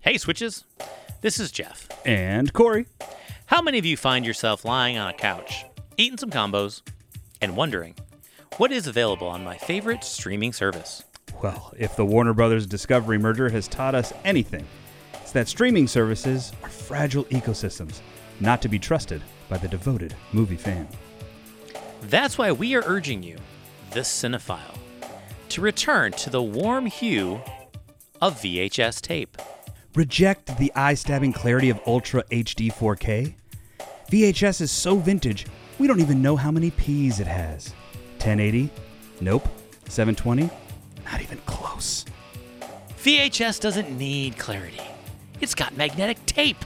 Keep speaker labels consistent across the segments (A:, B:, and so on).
A: Hey, Switches. This is Jeff.
B: And Corey.
A: How many of you find yourself lying on a couch, eating some combos, and wondering, what is available on my favorite streaming service?
B: Well, if the Warner Brothers Discovery merger has taught us anything, it's that streaming services are fragile ecosystems not to be trusted by the devoted movie fan.
A: That's why we are urging you, the cinephile, to return to the warm hue of VHS tape.
B: Reject the eye stabbing clarity of Ultra HD 4K. VHS is so vintage, we don't even know how many P's it has. 1080? Nope. 720? Not even close.
A: VHS doesn't need clarity. It's got magnetic tape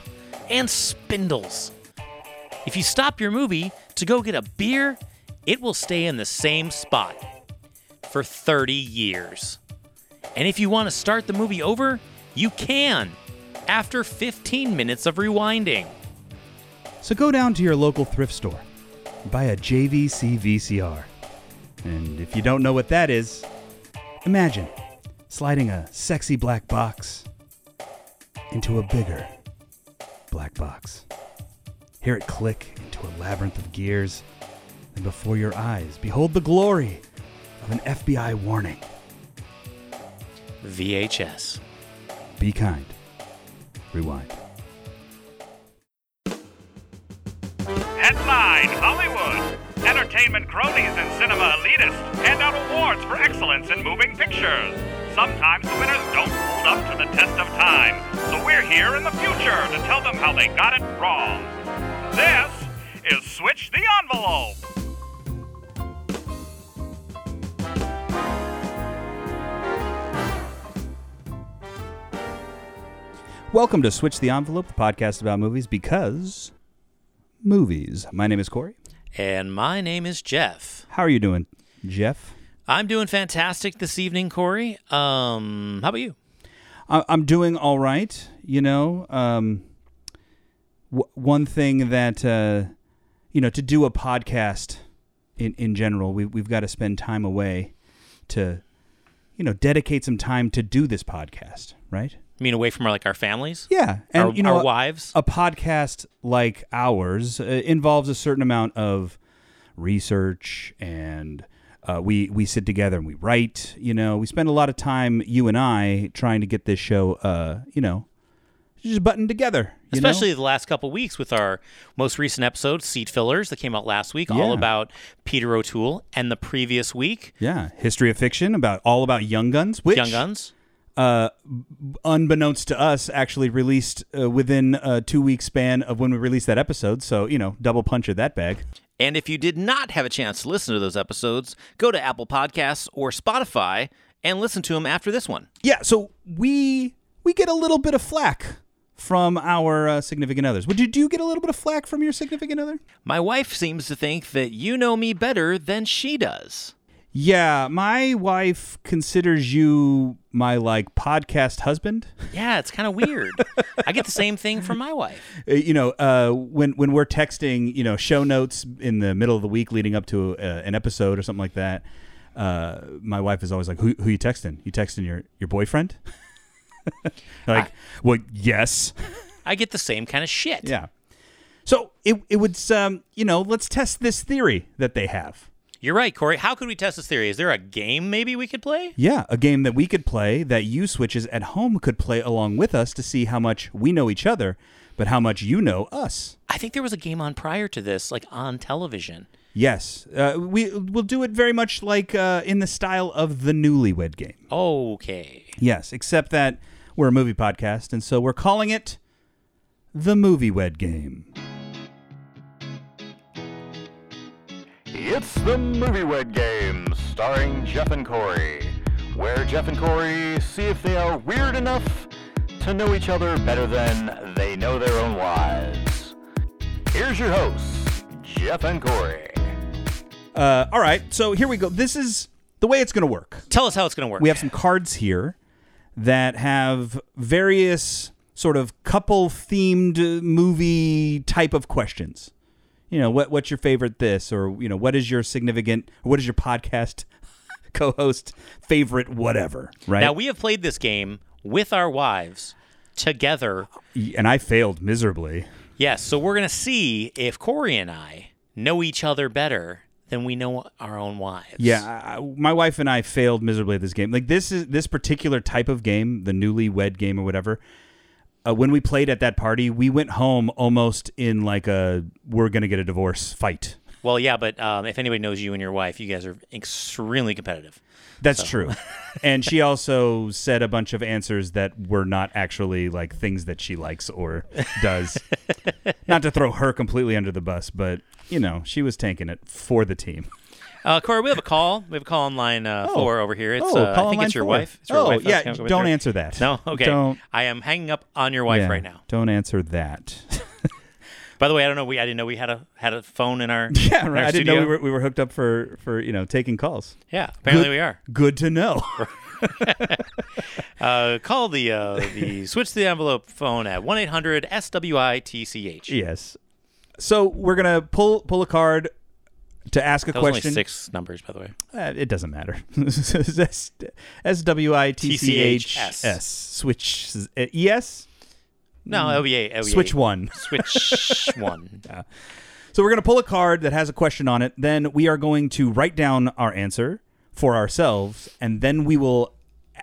A: and spindles. If you stop your movie to go get a beer, it will stay in the same spot for 30 years. And if you want to start the movie over, you can after 15 minutes of rewinding.
B: So go down to your local thrift store and buy a JVC VCR. And if you don't know what that is, imagine sliding a sexy black box into a bigger black box. Hear it click into a labyrinth of gears, and before your eyes, behold the glory of an FBI warning.
A: VHS.
B: Be kind. Rewind.
C: Headline Hollywood. Entertainment cronies and cinema elitists hand out awards for excellence in moving pictures. Sometimes the winners don't hold up to the test of time, so we're here in the future to tell them how they got it wrong. This is Switch the Envelope.
B: Welcome to Switch the Envelope, the podcast about movies because movies. My name is Corey.
A: And my name is Jeff.
B: How are you doing, Jeff?
A: I'm doing fantastic this evening, Corey. Um, how about you?
B: I- I'm doing all right. You know, um, w- one thing that uh, you know to do a podcast in in general, we we've got to spend time away to you know dedicate some time to do this podcast, right?
A: I mean, away from our, like our families.
B: Yeah, and
A: Our-
B: you know,
A: our
B: a-
A: wives?
B: A podcast like ours uh, involves a certain amount of research, and uh, we we sit together and we write. You know, we spend a lot of time, you and I, trying to get this show, uh, you know, just buttoned together. you know?
A: Especially the last couple weeks with our most recent episode, Seat Fillers, that came out last week, all
B: Yeah.
A: about Peter O'Toole, and the previous week,
B: yeah, history of fiction about all about Young Guns, which
A: Young Guns.
B: unbeknownst to us, actually released uh, within a two week span of when we released that episode. So you know, double punch of that bag.
A: And if you did not have a chance to listen to those episodes, go to Apple Podcasts or Spotify and listen to them after this one.
B: yeah so we we get a little bit of flack from our uh, significant others would you do you get a little bit of flack from your significant other
A: My wife seems to think that you know me better than she does.
B: yeah my wife considers you my like podcast husband
A: Yeah, it's kind of weird. I get the same thing from my wife.
B: Uh, you know uh, when when we're texting you know show notes in the middle of the week leading up to uh, an episode or something like that uh, my wife is always like who, who you texting you texting your your boyfriend like well yes
A: I get the same kind of shit.
B: Yeah. So it it would um you know let's test this theory that they have.
A: You're right, Corey. How could we test this theory? Is there a game maybe we could play?
B: Yeah, a game that we could play that you switches at home could play along with us to see how much we know each other, but how much you know us.
A: I think there was a game on prior to this, like on television.
B: Yes, uh, we we'll do it very much like uh, in the style of the Newlywed Game.
A: Okay.
B: Yes, except that we're a movie podcast, and so we're calling it the Moviewed Game.
D: It's the Movie Wed Game, starring Jeff and Corey, where Jeff and Corey see if they are weird enough to know each other better than they know their own wives. Here's your hosts, Jeff and Corey.
B: Uh, all right, so here we go. This is the way it's going to work.
A: Tell us how it's going to work.
B: We have some cards here that have various sort of couple themed movie type of questions. You know, what what's your favorite this or you know, what is your significant or what is your podcast co-host favorite whatever, right?
A: Now, we have played this game with our wives together.
B: And I failed miserably.
A: Yes, so we're going to see if Corey and I know each other better than we know our own wives.
B: Yeah, I, I- my wife and I failed miserably at this game. Like this is this particular type of game, the newlywed game or whatever. Uh, when we played at that party, we went home almost in like a we're gonna get a divorce fight.
A: Well, yeah, but um, if anybody knows you and your wife, you guys are extremely competitive.
B: That's true. and she also said a bunch of answers that were not actually like things that she likes or does. not to throw her completely under the bus, but you know, she was tanking it for the team.
A: Uh, Corey, we have a call. We have a call on line uh, four over here. It's,
B: oh,
A: uh,
B: call
A: I
B: on
A: think
B: line
A: it's your
B: four.
A: wife. It's your
B: Oh,
A: wife that's
B: yeah,
A: coming with
B: don't
A: her.
B: answer that.
A: No, okay.
B: Don't-
A: I am hanging up on your wife
B: Yeah,
A: right now.
B: Don't answer that.
A: By the way, I don't know. We I didn't know we had a had a phone in our
B: yeah,
A: in
B: right.
A: our
B: I didn't know
A: studio.
B: we were, we were hooked up for for you know taking calls.
A: Yeah, apparently
B: Good-
A: we are.
B: Good to know.
A: Uh, call the uh, the switch the envelope phone at one 800 SWITCH.
B: yes. So we're gonna pull pull a card to ask a
A: That was
B: question.
A: only six numbers, by the way.
B: Uh, it doesn't matter. S W I T C H S. Switch. uh, Yes.
A: No, LBA, LBA.
B: Mm. Switch one.
A: Switch one.
B: So we're going to pull a card that has a question on it. Then we are going to write down our answer for ourselves, and then we will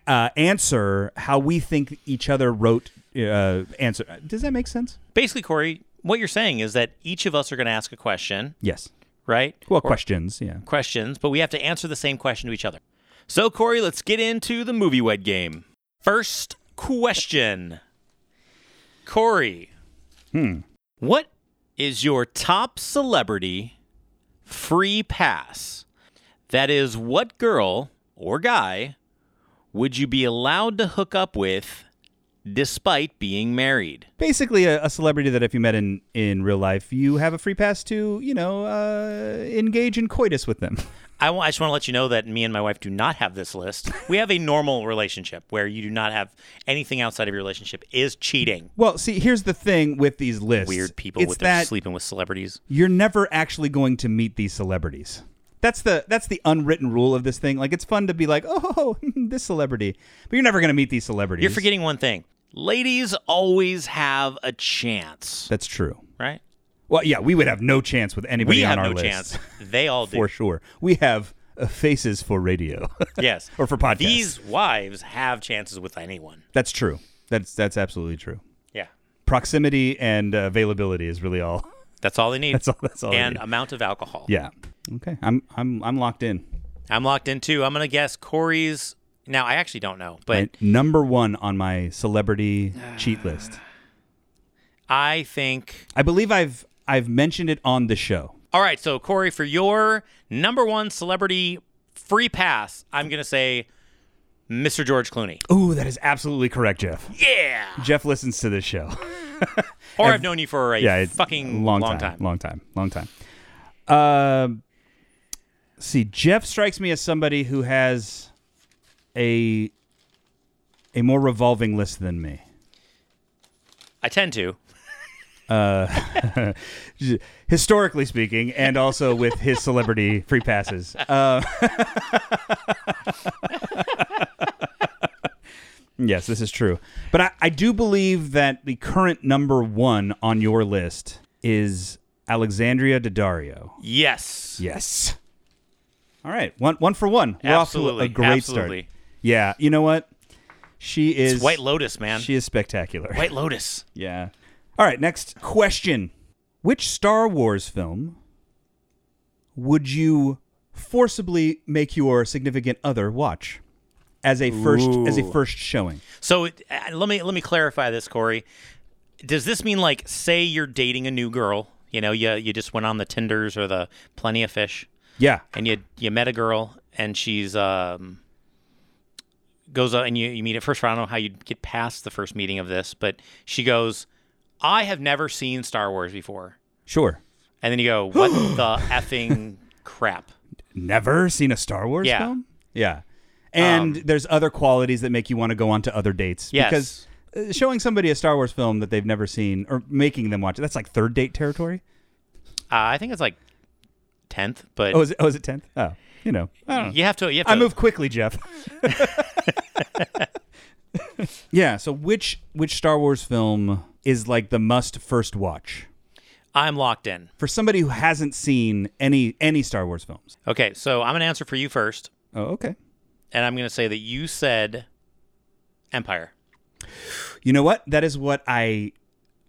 B: uh, answer how we think each other wrote uh, answer. Does that make sense?
A: Basically, Corey, what you're saying is that each of us are going to ask a question,
B: Yes.
A: right?
B: Well,
A: Or
B: questions. Yeah.
A: questions, but we have to answer the same question to each other. So, Corey, let's get into the movie wed game. First question, Corey. Hmm. What is your top celebrity free pass? That is, what girl or guy would you be allowed to hook up with despite being married?
B: Basically, a, a celebrity that if you met in in real life, you have a free pass to you know uh, engage in coitus with them.
A: I wa- I just want to let you know that me and my wife do not have this list. We have a normal relationship where you do not have anything outside of your relationship is cheating.
B: Well, see, here's the thing with these lists.
A: Weird people
B: it's
A: with their
B: that
A: sleeping with celebrities.
B: you're never actually going to meet these celebrities. That's the that's the unwritten rule of this thing. Like it's fun to be like, oh, this celebrity, but you're never going to meet these celebrities.
A: You're forgetting one thing. Ladies always have a chance,
B: That's true.
A: right?
B: Well, yeah, we would have no chance with anybody
A: We
B: on
A: have
B: our
A: no
B: list,
A: chance. They all do.
B: for sure. We have uh, faces for radio.
A: Yes.
B: Or for podcasts.
A: These wives have chances with anyone.
B: that's true. That's that's absolutely true.
A: Yeah.
B: Proximity and uh, availability is really all.
A: That's all they need.
B: That's all. That's all. I
A: and
B: need.
A: amount of alcohol.
B: yeah. Okay. I'm I'm I'm locked in.
A: I'm locked in too. I'm going to guess Corey's. Now, I actually don't know, but
B: Right? number one on my celebrity cheat list.
A: I think
B: I believe I've I've mentioned it on the show.
A: All right, so Corey, for your number one celebrity free pass, I'm gonna say Mr. George Clooney.
B: Ooh, that is absolutely correct, Jeff.
A: Yeah.
B: Jeff listens to this show.
A: Or I've known you for a
B: yeah, it's
A: fucking
B: long,
A: long
B: time,
A: time.
B: long time, long time. Um, see, Jeff strikes me as somebody who has a a more revolving list than me.
A: I tend to.
B: historically speaking, and also with his celebrity free passes. Uh, yes, this is true. But I, I do believe that the current number one on your list is Alexandria Daddario.
A: Yes.
B: Yes. All right, one one for one. We're
A: Absolutely,
B: off to a great
A: absolutely.
B: start. Yeah, you know what? She is
A: It's White Lotus, man.
B: She is spectacular.
A: White Lotus.
B: Yeah. All right, next question. Which Star Wars film would you forcibly make your significant other watch as a first as a first showing?
A: So uh, let me let me clarify this, Corey. Does this mean like say you're dating a new girl? You know, you you just went on the Tinders or the Plenty of Fish.
B: Yeah.
A: and you you met a girl and she's um goes out and you, you meet at first I don't know how you get past the first meeting of this, but she goes, I have never seen Star Wars before.
B: Sure.
A: And then you go, What the effing crap?
B: Never seen a Star Wars
A: Yeah. Um,
B: film? Yeah. And there's other qualities that make you want to go on to other dates
A: Yes.
B: because uh, showing somebody a Star Wars film that they've never seen or making them watch it, that's like third date territory.
A: Uh, I think it's like tenth, but
B: Oh, is it, oh, is it 10th? Oh, you know. I don't know.
A: you have to you have to
B: I move quickly, Jeff. Yeah. So which which Star Wars film is like the must first watch
A: I'm locked in.
B: for somebody who hasn't seen any any Star Wars films?
A: Okay, so I'm gonna answer for you first,
B: Oh, okay.
A: and I'm gonna say that you said Empire.
B: You know what? That is what I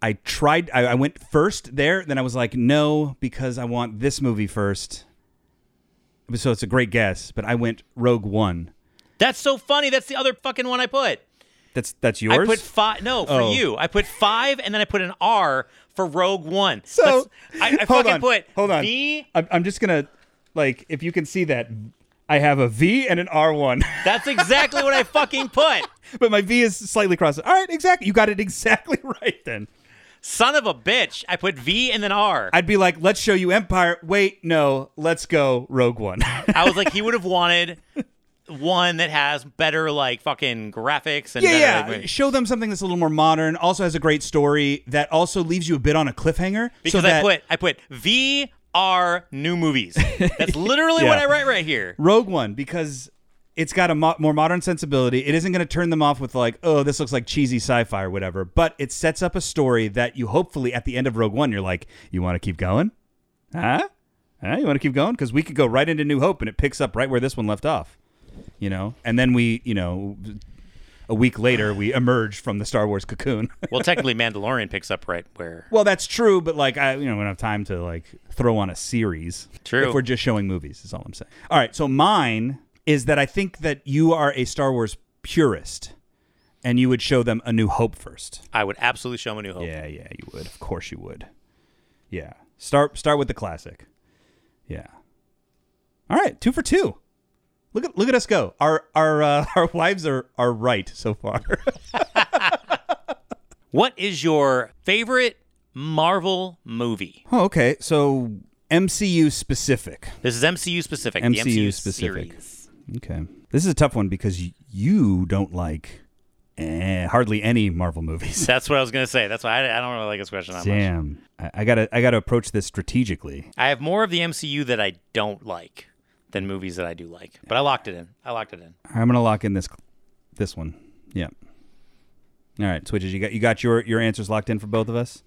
B: I tried. I, I went first there. Then I was like, no, because I want this movie first. So it's a great guess, but I went Rogue One.
A: That's so funny. That's the other fucking one I put.
B: That's that's yours.
A: I put five. No, for
B: Oh.
A: you, I put five, and then I put an R for Rogue One.
B: So
A: Let's- I, I
B: hold
A: fucking
B: on,
A: put
B: hold on.
A: V.
B: I'm, I'm just gonna like if you can see that I have a V and an R one,
A: That's exactly what I fucking put.
B: but my V is slightly crossed. All right, exactly. You got it exactly right. Then
A: Son of a bitch. I put V and then R. I
B: I'd be like, let's show you Empire. Wait, no, let's go Rogue One.
A: was like, he would have wanted one that has better like fucking graphics and
B: yeah, yeah.
A: better, like,
B: Show them something that's a little more modern. Also has a great story that also leaves you a bit on a cliffhanger. so
A: because
B: that
A: I put I put V R new movies. That's literally
B: Yeah.
A: what I write right here.
B: Rogue One because it's got a mo- more modern sensibility. It isn't going to turn them off with like, oh, this looks like cheesy sci-fi or whatever. But it sets up a story that you hopefully at the end of Rogue One, you're like, you want to keep going, huh? Huh? You want to keep going because we could go right into New Hope and it picks up right where this one left off, you know. And then we, you know, a week later we emerge from the Star Wars cocoon.
A: Well, technically, Mandalorian picks up right where
B: well, that's true, but like, I, you know, we don't have time to like throw on a series.
A: True.
B: If we're just showing movies, is all I'm saying. All right. So mine is that I think that you are a Star Wars purist, and you would show them A New Hope first.
A: I would absolutely show him a new hope.
B: Yeah, yeah, you would. Of course, you would. Yeah. Start start with the classic. Yeah. All right. Two for two. Look at look at us go. Our our uh, our wives are are right so far.
A: What is your favorite Marvel movie?
B: oh, okay. So MCU specific.
A: This is MCU specific. the
B: MCU
A: MCU
B: specific.
A: Series.
B: Okay. This is a tough one because y- you don't like eh, hardly any Marvel movies.
A: That's what I was gonna say. That's why I, I don't really like this question that much.
B: Damn. I, I gotta I gotta approach this strategically.
A: I have more of the MCU that I don't like than movies that I do like. But I locked it in. I locked it in.
B: I'm gonna lock in this this one. Yeah. All right, switches. You got you got your your answers locked in for both of us.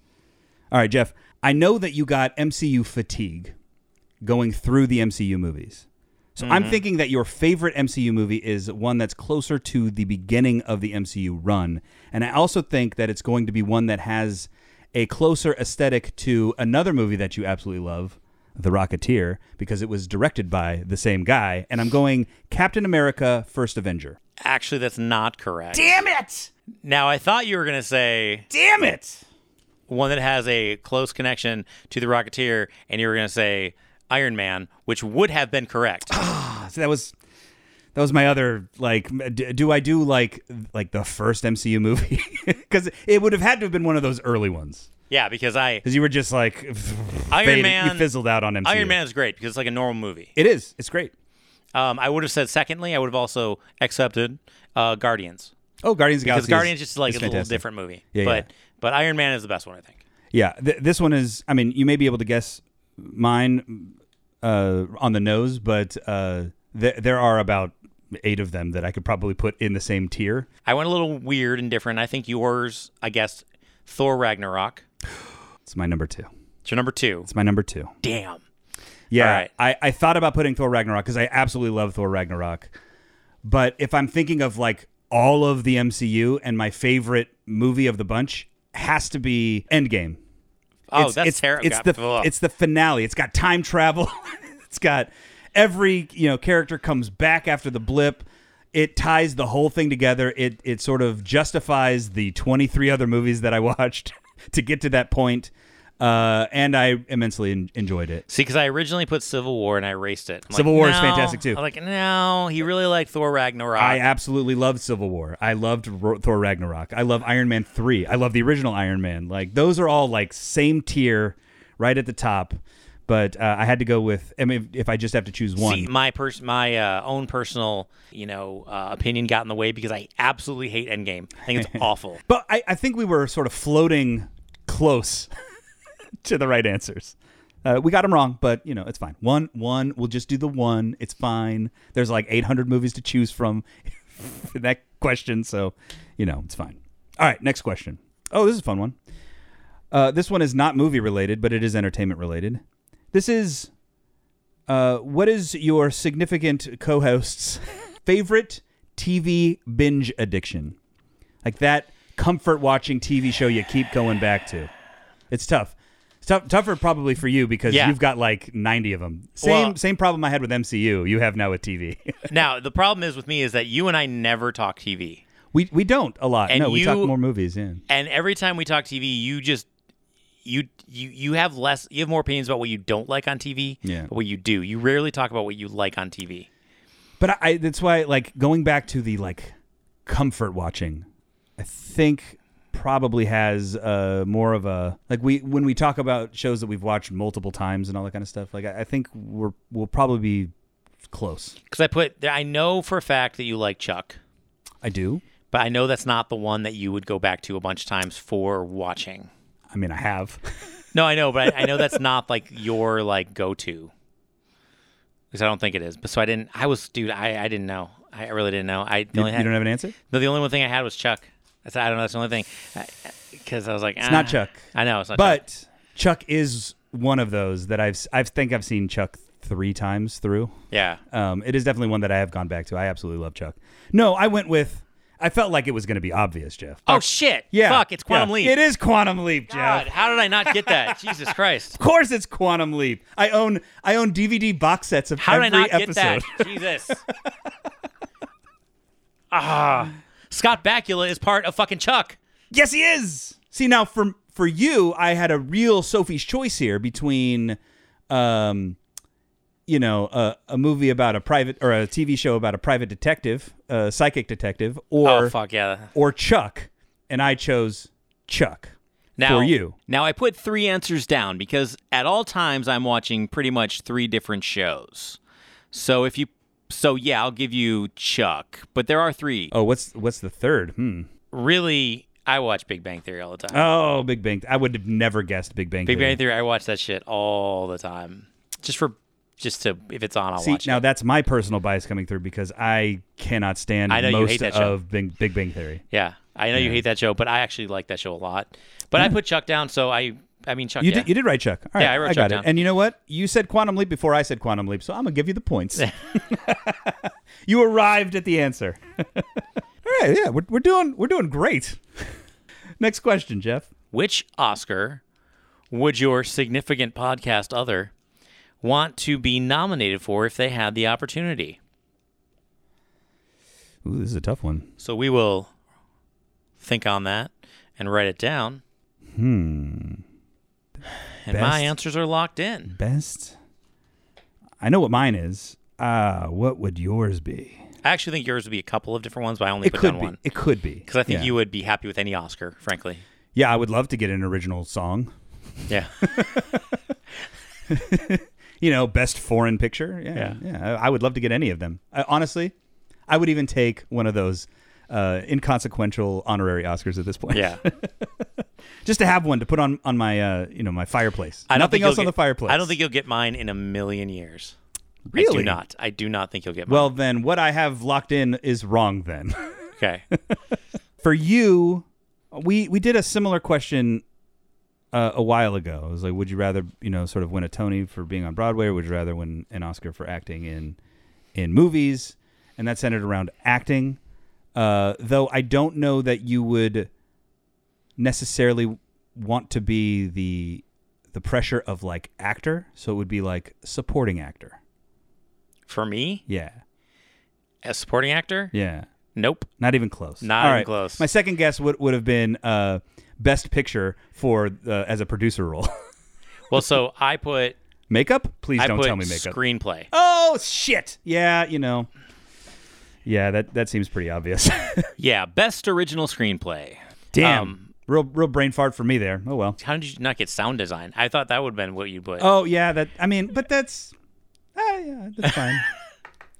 B: All right, Jeff. I know that you got MCU fatigue going through the MCU movies. So
A: Mm-hmm.
B: I'm thinking that your favorite MCU movie is one that's closer to the beginning of the MCU run, and I also think that it's going to be one that has a closer aesthetic to another movie that you absolutely love, The Rocketeer, because it was directed by the same guy, and I'm going Captain America: First Avenger.
A: Actually, that's not correct. Damn it! Now I thought you were gonna say
B: Damn it!
A: one that has a close connection to the Rocketeer, and you were gonna say Iron Man, which would have been correct.
B: So Ah, that was that was my other like d- do I do like like the first MCU movie cuz it would have had to have been one of those early ones
A: yeah, because I
B: cuz you were just like
A: Iron
B: faded-
A: Man-
B: you fizzled out on MCU.
A: Iron Man is great because it's like a normal movie.
B: It is. It's great.
A: Um, I would have said secondly. I would have also accepted uh, Guardians
B: Oh, Guardians of the
A: because
B: Galaxy.
A: Guardians
B: is,
A: just like
B: is
A: a little
B: fantastic.
A: different movie.
B: Yeah,
A: but
B: yeah.
A: but Iron Man is the best one I think.
B: Yeah, th- this one is I mean, you may be able to guess mine uh on the nose, but uh th- there are about 8 of them that I could probably put in the same tier.
A: I went a little weird and different. I think yours, I guess, Thor Ragnarok.
B: It's my number 2.
A: It's your number two.
B: It's my number 2.
A: Damn.
B: Yeah,
A: All right.
B: I, I thought about putting Thor Ragnarok because I absolutely love Thor Ragnarok. But if I'm thinking of like all of the MCU and my favorite movie of the bunch has to be Endgame.
A: Oh,
B: it's,
A: that's
B: it's,
A: terrible.
B: It's the it's the finale. It's got time travel. it's got every you know character comes back after the blip. It ties the whole thing together. It it sort of justifies the 23 other movies that I watched to get to that point. Uh, and I immensely en- enjoyed it.
A: See, because I originally put Civil War and I erased it. I'm
B: Civil
A: like,
B: War is
A: no.
B: fantastic, too.
A: I'm like, no, he really liked Thor Ragnarok.
B: I absolutely loved Civil War. I loved Ro- Thor Ragnarok. I love Iron Man 3. I love the original Iron Man. Like those are all like same tier right at the top. But uh, I had to go with I mean if I just have to choose one.
A: See, my pers- my uh, own personal, you know, uh, opinion got in the way because I absolutely hate Endgame. I think it's awful.
B: But I, I think we were sort of floating close to the right answers. Uh, we got them wrong, but you know it's fine. One, one. We'll just do the one. It's fine. There's like 800 movies to choose from in that question, so you know it's fine. All right, next question. Oh, this is a fun one. Uh, this one is not movie related, but it is entertainment related. This is uh, what is your significant co-host's favorite TV binge addiction? Like that comfort watching TV show you keep going back to. It's tough. It's tough, tougher probably for you because
A: Yeah.
B: you've got like 90 of them. Same
A: Well-
B: same problem I had with MCU, you have now with TV.
A: Now, the problem is with me is that you and I never talk TV.
B: we we don't a lot.
A: And
B: no, we talk
A: you-
B: more movies, yeah.
A: And every time we talk TV, you just you you you have less you have more opinions about what you don't like on TV,
B: Yeah.
A: but what you do. You rarely talk about what you like on TV.
B: But I, I that's why like going back to the like comfort watching, I think probably has uh more of a like we when we talk about shows that we've watched multiple times and all that kind of stuff. Like I, I think we're we'll probably be close.
A: Because I put I know for a fact that you like Chuck,
B: I do.
A: but I know that's not the one that you would go back to a bunch of times for watching.
B: I mean, I have.
A: No, I know, but I, I know that's not like your like go to. Because I don't think it is. But so I didn't. I was, dude. I, I didn't know. I I really didn't know. I the
B: You,
A: only
B: you
A: had,
B: don't have an answer?
A: no. The only one thing I had was Chuck. That's I don't know. That's the only thing. Because I, was like, it's
B: Ah. not Chuck.
A: I know it's not. Chuck.
B: But Chuck is one of those that I've I think I've seen Chuck three times through.
A: yeah,
B: Um, it is definitely one that I have gone back to. I absolutely love Chuck. No, I went with. I felt like it was going to be obvious, Jeff.
A: Oh shit!
B: Yeah.
A: Fuck! It's Quantum
B: yeah.
A: Leap.
B: It is Quantum Leap, Jeff.
A: God, how did I not get that? Jesus Christ!
B: Of course it's Quantum Leap. I own I own DVD box sets of
A: How did
B: every
A: I not
B: episode.
A: get that? Jesus. Ah, Scott Bakula is part of fucking Chuck.
B: Yes, he is. See now for for you, I had a real Sophie's choice here between um you know, a, a movie about a private or a TV show about a private detective, a psychic detective, or
A: oh fuck yeah!
B: or Chuck, and I chose Chuck.
A: now,
B: for you.
E: Now, I put three answers down because at all times I'm watching pretty much three different shows. So if you, so yeah, I'll give you Chuck, but there are three.
B: Oh, what's what's the third? Hmm.
A: Really, I watch Big Bang Theory all the time.
B: Oh, Big Bang. I would have never guessed Big Bang.
A: Big
B: Theory.
A: Bang Theory, I watch that shit all the time. Just for just to if it's on, I'll
B: See,
A: watch
B: now
A: it.
B: that's my personal bias coming through because I cannot stand
A: I know you
B: most
A: hate that show. Uh,
B: of Big, Big Bang Theory.
A: Yeah, I know you hate that show, but I actually like that show a lot. But I put Chuck down, so I I mean Chuck.
B: You
A: yeah.
B: did, you did write Chuck. All right,
A: Yeah, I wrote
B: got
A: Chuck
B: it.
A: down.
B: And you know what? You said Quantum Leap before I said Quantum Leap, so I'm gonna give you the points. you arrived at the answer. All right, yeah, we're, we're doing we're doing great. Next question, Jeff.
A: Which Oscar would your significant podcast other want to be nominated for if they had the opportunity?
B: Ooh, this is a tough one.
A: So we will think on that and write it down. Hmm. And my
B: Best-
A: answers are locked in.
B: Best. I know what mine is. Ah, what would yours be?
A: I actually think yours would be a couple of different ones, but I only
B: It
A: put
B: could
A: down
B: be.
A: one.
B: It could be.
A: Because I think
B: Yeah.
A: you would be happy with any Oscar, frankly.
B: Yeah, I would love to get an original song.
A: Yeah.
B: you know, best foreign picture. Yeah, yeah. I, I would love to get any of them. I, honestly, I would even take one of those uh, inconsequential honorary Oscars at this point.
A: Yeah.
B: just to have one to put on on my uh, you know my fireplace. Nothing else on the fireplace.
A: I don't think you'll get mine in a million years. I do
B: Really?
A: not. I do not think you'll get mine.
B: Well, then what I have locked in is wrong. Then
A: okay.
B: for you, we we did a similar question. Uh, a while ago, it was like, would you rather, you know, sort of win a Tony for being on Broadway, or would you rather win an Oscar for acting in in movies, and that centered around acting. Uh, though I don't know that you would necessarily want to be the the pressure of like actor, so it would be like supporting actor.
A: For me,
B: Yeah,
A: as supporting actor,
B: yeah,
A: nope.
B: not even close.
A: Not
B: All
A: even
B: right.
A: close.
B: My second guess would would have been uh, best picture for uh, as a producer role.
A: Well, so I put
B: makeup? Please
A: I
B: don't
A: put
B: tell me makeup.
A: screenplay.
B: oh shit! Yeah, you know. Yeah, that that seems pretty obvious.
E: Yeah, best original screenplay.
B: Damn.
A: Um,
B: real real brain fart for me there. Oh well.
A: How did you not get sound design? I thought that would have been what you put.
B: Oh yeah, that I mean, but that's ah, yeah, that's fine.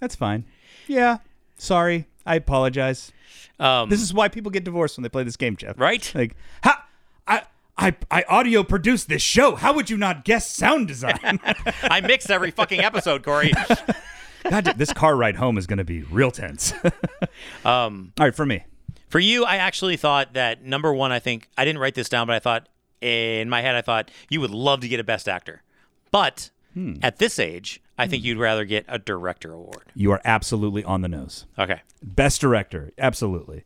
B: that's fine. Yeah. Sorry. I apologize.
A: um,
B: This is why people get divorced when they play this game, Jeff.
A: Right?
B: Like, ha I I I audio produced this show. How would you not guess sound design?
A: I mixed every fucking episode, Corey.
B: God, damn, this car ride home is going to be real tense. All right, for me.
A: For you, I actually thought that number one, I think I didn't write this down, but I thought in my head, I thought you would love to get a best actor. But
B: Hmm.
A: at this age, I think you'd rather get a director award.
B: You are absolutely on the nose.
A: Okay.
B: Best director, absolutely.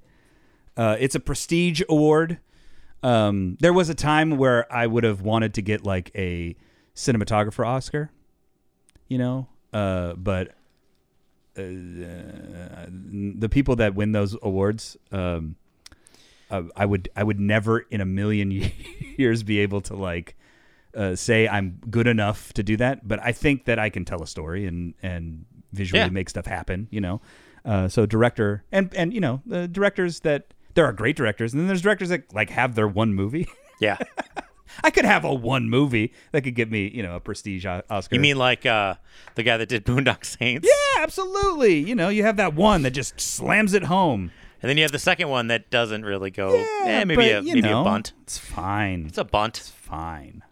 B: Uh, it's a prestige award. Um, there was a time where I would have wanted to get like a cinematographer Oscar, you know, uh, but uh, the people that win those awards, um, uh, I would I would never in a million years be able to like uh, say I'm good enough to do that. But I think that I can tell a story and and visually
A: Yeah.
B: make stuff happen. You know, uh, so director and and you know the directors that there are great directors and then there's directors that like have their one movie.
A: Yeah.
B: I could have a one movie that could give me you know a prestige o- Oscar.
A: you mean like uh, the guy that did Boondock Saints?
B: Yeah, absolutely. You know, you have that one that just slams it home.
A: And then you have the second one that doesn't really go. eh, maybe
B: but,
A: a
B: you
A: maybe
B: know,
A: a bunt.
B: It's fine.
A: It's a bunt.
B: fine.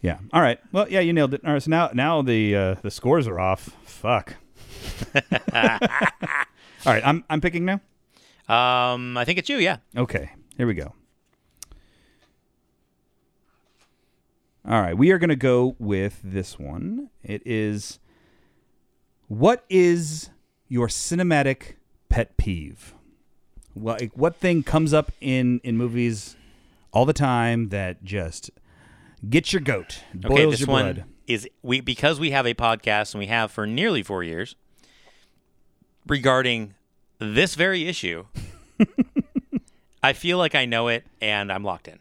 B: Yeah. All right. Well, yeah, you nailed it. All right. So now, now the uh, the scores are off. Fuck. All right. I'm I'm picking now.
A: Um, I think it's you. Yeah.
B: Okay. Here we go. All right. We are going to go with this one. It is. What is your cinematic pet peeve? Like, what thing comes up in in movies all the time that just gets your goat, boils
A: okay. This
B: your
A: one
B: blood?
A: is we because we have a podcast and we have for nearly four years regarding this very issue. I feel like I know it and I'm locked in.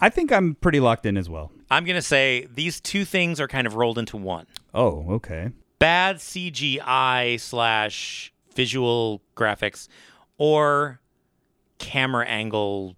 B: I think I'm pretty locked in as well.
A: I'm gonna say these two things are kind of rolled into one.
B: Oh, okay.
A: bad CGI slash visual graphics or camera angle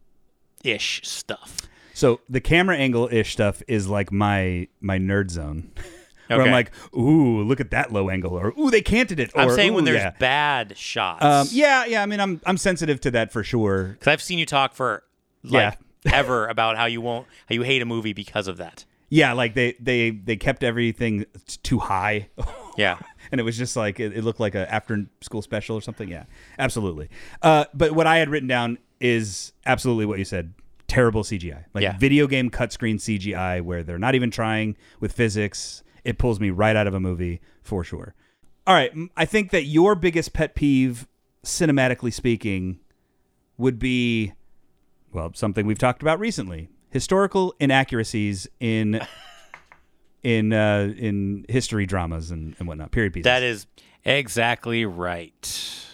A: ish stuff.
B: So the camera angle ish stuff is like my my nerd zone. Where I'm
A: Okay.
B: like, ooh, look at that low angle, or ooh, they canted it. Or,
A: I'm saying when
B: "Ooh,
A: there's
B: yeah.
A: bad shots.
B: Um, yeah, yeah. I mean, I'm I'm sensitive to that for sure.
A: Because I've seen you talk for like ever about how you won't, how you hate a movie because of that.
B: Yeah, like they they they kept everything t- too high,
A: Yeah.
B: and it was just like it, it looked like a after school special or something. Yeah, absolutely. Uh, but what I had written down is absolutely what you said. Terrible CGI, like
A: Yeah.
B: video game cutscreen CGI, where they're not even trying with physics. It pulls me right out of a movie for sure. All right, m- I think that your biggest pet peeve, cinematically speaking, would be well something we've talked about recently: historical inaccuracies in in uh, in history dramas and, and whatnot. Period pieces.
A: That is exactly right.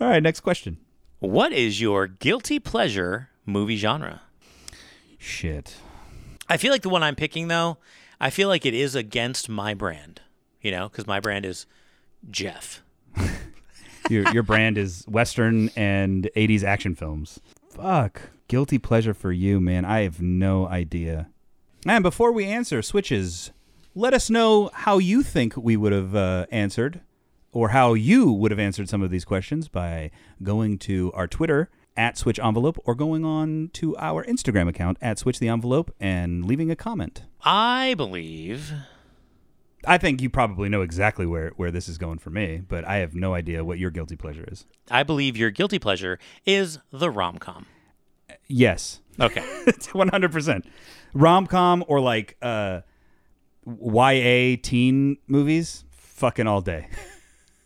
B: All right, next question.
A: What is your guilty pleasure movie genre?
B: Shit.
A: I feel like the one I'm picking though, I feel like it is against my brand, you know, because my brand is Jeff.
B: Your your brand is Western and '80s action films. Fuck. Guilty pleasure for you, man. I have no idea. And before we answer switches, let us know how you think we would have uh, answered, or how you would have answered some of these questions by going to our Twitter at Switch Envelope, or going on to our Instagram account at Switch the Envelope and leaving a comment.
A: I believe
B: I think you probably know exactly where, where this is going for me, but I have no idea what your guilty pleasure is.
A: I believe your guilty pleasure is the rom com.
B: Yes,
A: Okay.
B: one hundred percent rom com or like uh, YA teen movies. Fucking all day.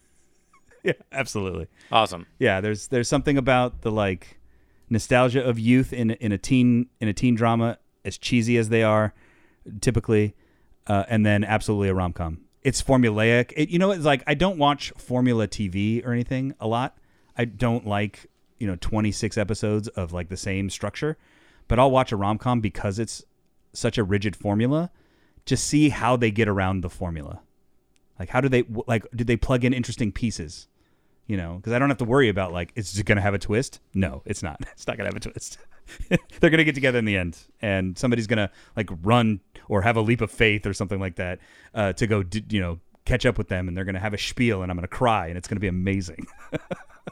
B: yeah, absolutely.
A: awesome.
B: Yeah, there's there's something about the like nostalgia of youth in in a teen in a teen drama, as cheesy as they are, typically, uh, and then absolutely a rom com. It's formulaic. It, you know, it's like I don't watch formula TV or anything a lot. I don't like you know 26 episodes of like the same structure, but I'll watch a rom com because it's such a rigid formula. To see how they get around the formula, like how do they like do they plug in interesting pieces? you know, because I don't have to worry about like, is it going to have a twist? No, it's not. It's not going to have a twist. They're going to get together in the end, and somebody's going to like run or have a leap of faith or something like that uh, to go, d- you know, catch up with them, and they're going to have a spiel, and I'm going to cry, and it's going to be amazing.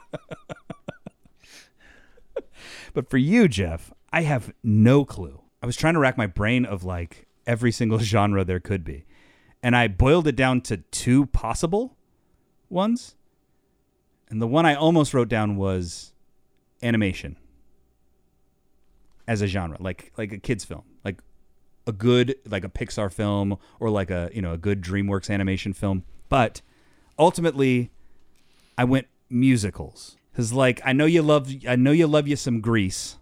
B: but for you, Jeff, I have no clue. I was trying to rack my brain of like every single genre there could be. and I boiled it down to two possible ones. And the one I almost wrote down was animation as a genre, like like a kids film, like a good like a Pixar film or like a you know a good DreamWorks animation film. But ultimately, I went musicals because like I know you love I know you love you some Grease.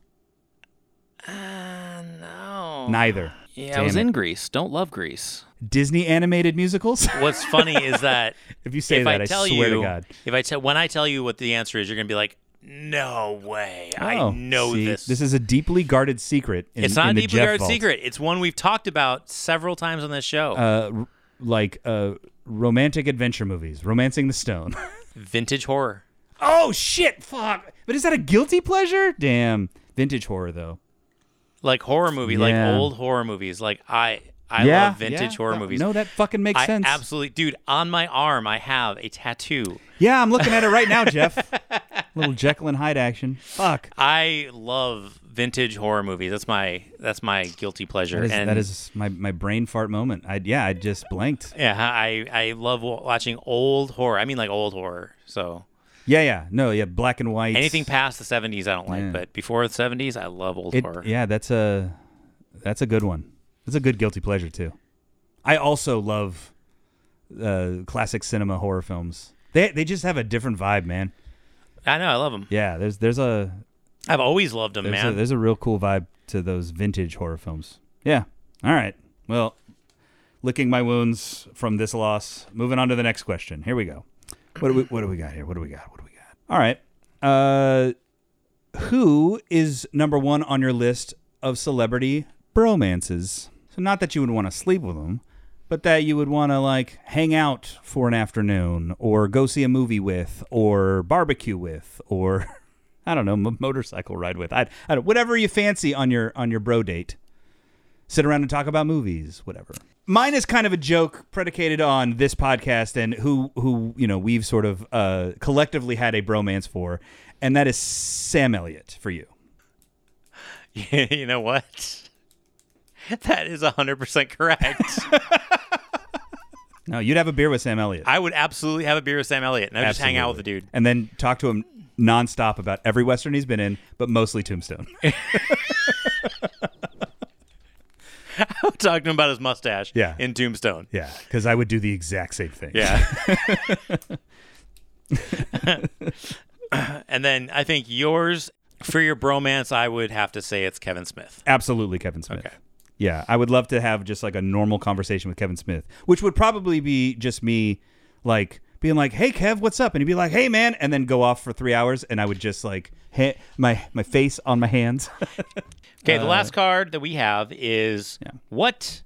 E: Uh, No.
B: Neither.
E: Yeah, I
B: Damn
E: was
B: it.
E: in Greece. Don't love Greece.
B: Disney animated musicals.
A: What's funny is that
B: if you say
A: if
B: that,
A: I tell
B: swear
A: you,
B: to God.
A: if I tell when I tell you what the answer is, you're gonna be like, "No way! I
B: Oh,
A: know
B: see,
A: this."
B: This is a deeply guarded secret. In,
A: it's not
B: in
A: a
B: the
A: deeply
B: Jeff
A: guarded
B: vault.
A: secret. It's one we've talked about several times on this show.
B: Uh, r- like uh, romantic adventure movies, Romancing the Stone.
A: Vintage horror.
B: oh shit! Fuck. But is that a guilty pleasure? Damn. Vintage horror though.
A: like horror movie, like
B: Yeah.
A: old horror movies. Like I, I love vintage
B: yeah.
A: horror
B: No,
A: movies.
B: No, that fucking makes
A: I
B: sense.
A: absolutely, dude. On my arm, I have a tattoo.
B: yeah, I'm looking at it right now, Jeff. Little Jekyll and Hyde action. Fuck.
A: I love vintage horror movies. That's my that's my guilty pleasure.
B: That is,
A: and
B: that is my, my brain fart moment. I yeah, I just blanked.
A: yeah, I I love wa- watching old horror. I mean, like old horror. So
B: Yeah, yeah. No, yeah, black and white.
A: anything past the seventies, I don't like. But before the seventies, I love old
B: It-
A: horror.
B: yeah, that's a that's a good one. That's a good guilty pleasure too. I also love uh, classic cinema horror films. They they just have a different vibe, man.
A: I know, I love them.
B: Yeah, there's there's a
A: I've always loved them,
B: there's,
A: man.
B: A, there's a real cool vibe to those vintage horror films. Yeah. All right. Well, licking my wounds from this loss. Moving on to the next question. Here we go. What do we what do we got here? What do we got? What do we got? All right. Uh who is number 1 on your list of celebrity bromances? So not that you would want to sleep with them, but that you would want to like hang out for an afternoon or go see a movie with or barbecue with or I don't know, m- motorcycle ride with. I, I don't, whatever you fancy on your on your bro date. Sit around and talk about movies, whatever. Mine is kind of a joke predicated on this podcast and who who you know we've sort of uh, collectively had a bromance for, and that is Sam Elliott for you.
A: you know what? That is hundred percent correct.
B: No, you'd have a beer with Sam Elliott.
A: I would absolutely have a beer with Sam Elliott and I would just hang out with the
B: Absolutely.
A: dude.
B: and then talk to him nonstop about every western he's been in, but mostly Tombstone.
A: I would talk to him about his mustache
B: Yeah.
A: in Tombstone.
B: yeah, because I would do the exact same thing.
A: Yeah. and then I think yours for your bromance, I would have to say it's Kevin Smith.
B: Absolutely, Kevin Smith.
A: Okay.
B: Yeah, I would love to have just like a normal conversation with Kevin Smith, which would probably be just me, like being like, "Hey, Kev, what's up?" and he'd be like, "Hey, man," and then go off for three hours, and I would just like ha- my my face on my hands.
A: Okay, the
B: Uh,
A: last card that we have is what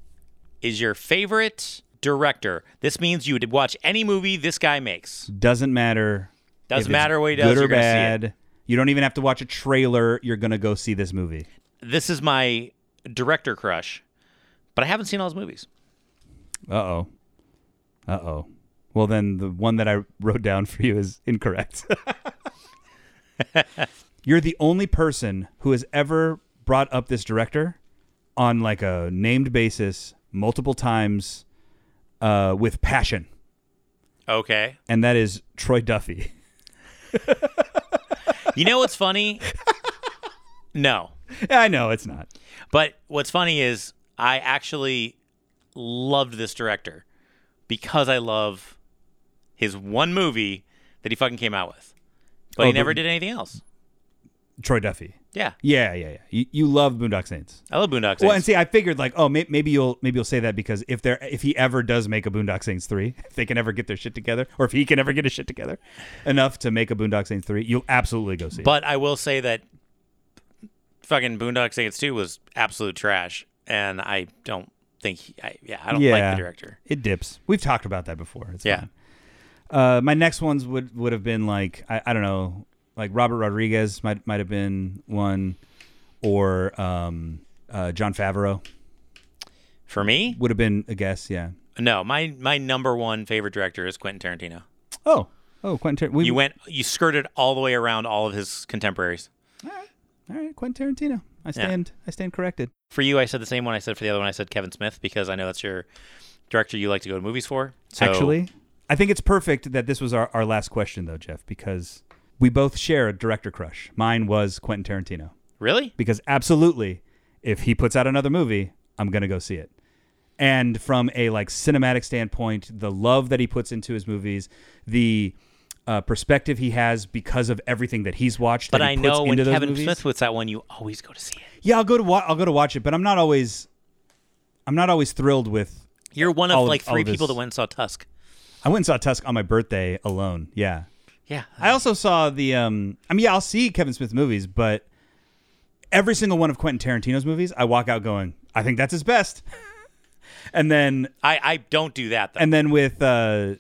A: is your favorite director? This means you would watch any movie this guy makes.
B: Doesn't matter.
A: Doesn't
B: if it's
A: matter what he does,
B: good
A: you're
B: or
A: gonna see it.
B: bad. You don't even have to watch a trailer. You're gonna go see this movie.
A: This is my director crush, but I haven't seen all his movies.
B: Uh oh. Uh oh. Well, then the one that I wrote down for you is incorrect. You're the only person who has ever brought up this director on like a named basis multiple times uh, with passion,
A: Okay.
B: and that is Troy Duffy.
A: You know what's funny? no.
B: I know it's not.
A: But what's funny is I actually loved this director because I love his one movie that he fucking came out with. But
B: Oh,
A: he
B: the-
A: never did anything else.
B: Troy Duffy.
A: Yeah.
B: Yeah, yeah, yeah. You, you love Boondock Saints.
A: I love Boondock Saints.
B: Well, and see, I figured like, oh, may- maybe you'll maybe you'll say that because if there if he ever does make a Boondock Saints three, if they can ever get their shit together, or if he can ever get his shit together enough to make a Boondock Saints three, you'll absolutely go see. it.
A: but I will say that fucking Boondock Saints 2 was absolute trash. And I don't think, he, I, yeah, I don't like
B: Yeah.
A: the director.
B: it dips. We've talked about that before. It's
A: Yeah.
B: fine. Uh, my next ones would would have been like I, I don't know, like Robert Rodriguez might might have been one, or um, uh, John Favreau
A: For me,
B: would have been a guess. Yeah.
A: no. My my number one favorite director is Quentin Tarantino.
B: Oh. Oh, Quentin. Tar- we,
A: You went, you skirted all the way around all of his contemporaries.
B: All right, Quentin Tarantino. I stand. I stand corrected.
A: For you, I said the same one I said for the other one. I said Kevin Smith because I know that's your director you like to go to movies for. So-
B: Actually, I think it's perfect that this was our, our last question, though, Jeff, because we both share a director crush. Mine was Quentin Tarantino.
A: really,
B: Because absolutely, if he puts out another movie, I'm going to go see it. And from a like cinematic standpoint, the love that he puts into his movies, the uh, perspective he has because of everything that he's watched.
A: but
B: that
A: I
B: he puts
A: know when
B: into those
A: Kevin
B: movies,
A: Smith puts that one, you always go to see it.
B: Yeah, I'll go to wa- I'll go to watch it, but I'm not always, I'm not always thrilled with
A: You're one of
B: All of-
A: like
B: all
A: three
B: of his-
A: people that went and saw Tusk.
B: I went and saw Tusk on my birthday alone. Yeah.
A: Yeah,
B: I also saw the um I mean yeah, I'll see Kevin Smith movies, but every single one of Quentin Tarantino's movies, I walk out going, I think that's his best. and then
A: I, I don't do that though.
B: and then with uh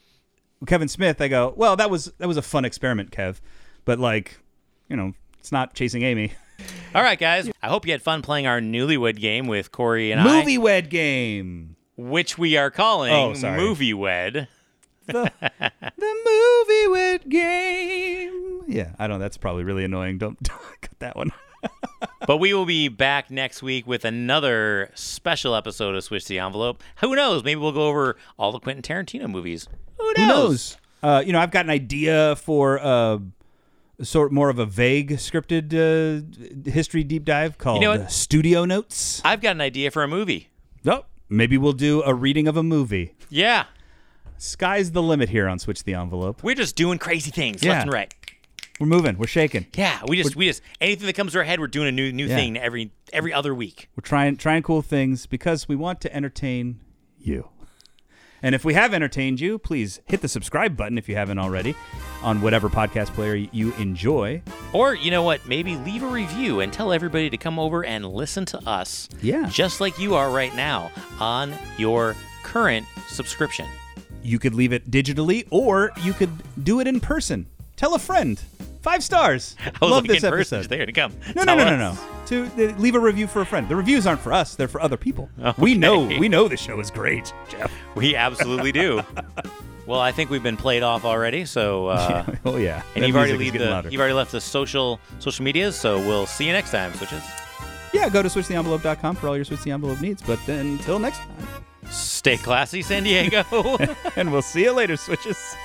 B: Kevin Smith, I go, Well, that was that was a fun experiment, Kev. But like, you know, it's not chasing Amy.
A: All right, guys. I hope you had fun playing our newlywed game with Corey and I.
B: Movie wed game.
A: which we are calling
B: Oh, sorry.
A: Movie Wed.
B: The movie wed game. Yeah, I don't that's probably really annoying. Don't, don't cut that one.
A: But we will be back next week with another special episode of Switch the Envelope. Who knows? Maybe we'll go over all the Quentin Tarantino movies. Who knows?
B: Who knows? Uh, you know, I've got an idea for uh, sort more of a vague scripted uh, history deep dive called
A: know what?
B: uh, Studio Notes.
A: I've got an idea for a movie.
B: Oh, maybe we'll do a reading of a movie.
A: Yeah.
B: Sky's the limit here on Switch the Envelope.
A: We're just doing crazy things
B: Yeah.
A: left and right.
B: We're moving. We're shaking.
A: Yeah. We just we just anything that comes to our head, we're doing a new new
B: Yeah.
A: thing every every other week.
B: We're trying trying cool things because we want to entertain you. And if we have entertained you, please hit the subscribe button if you haven't already on whatever podcast player you enjoy.
A: Or you know what? Maybe leave a review and tell everybody to come over and listen to us.
B: Yeah.
A: Just like you are right now on your current subscription.
B: You could leave it digitally or you could do it in person. Tell a friend. Five stars.
A: I was
B: Love
A: like,
B: this
A: in person,
B: episode.
A: They're gonna come.
B: No, no, no,
A: Tell
B: no,
A: us.
B: no. To uh, leave a review for a friend. The reviews aren't for us; they're for other people. We
A: Okay.
B: know, we know the show is great, Jeff.
A: We absolutely do. well, I think we've been played off already. So, uh,
B: oh yeah,
A: and
B: That
A: you've already
B: music is
A: lead
B: getting
A: the,
B: louder.
A: you've already left the social social medias. So we'll see you next time, switches.
B: yeah. Go to switchtheenvelope.com for all your switch the envelope needs. But then, until next time,
A: Stay classy, San Diego.
B: and we'll see you later, switches.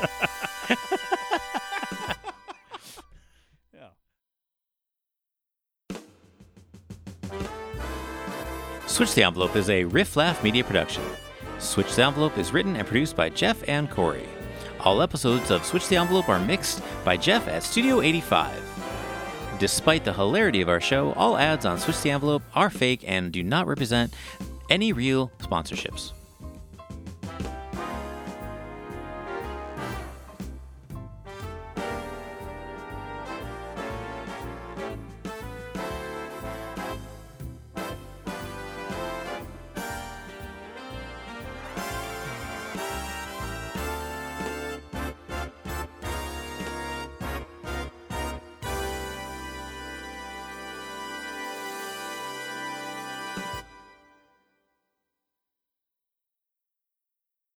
A: Switch the Envelope is a Riff Laugh media production. Switch the Envelope is written and produced by Jeff and Corey. All episodes of Switch the Envelope are mixed by Jeff at Studio 85. Despite the hilarity of our show, all ads on Switch the Envelope are fake and do not represent any real sponsorships.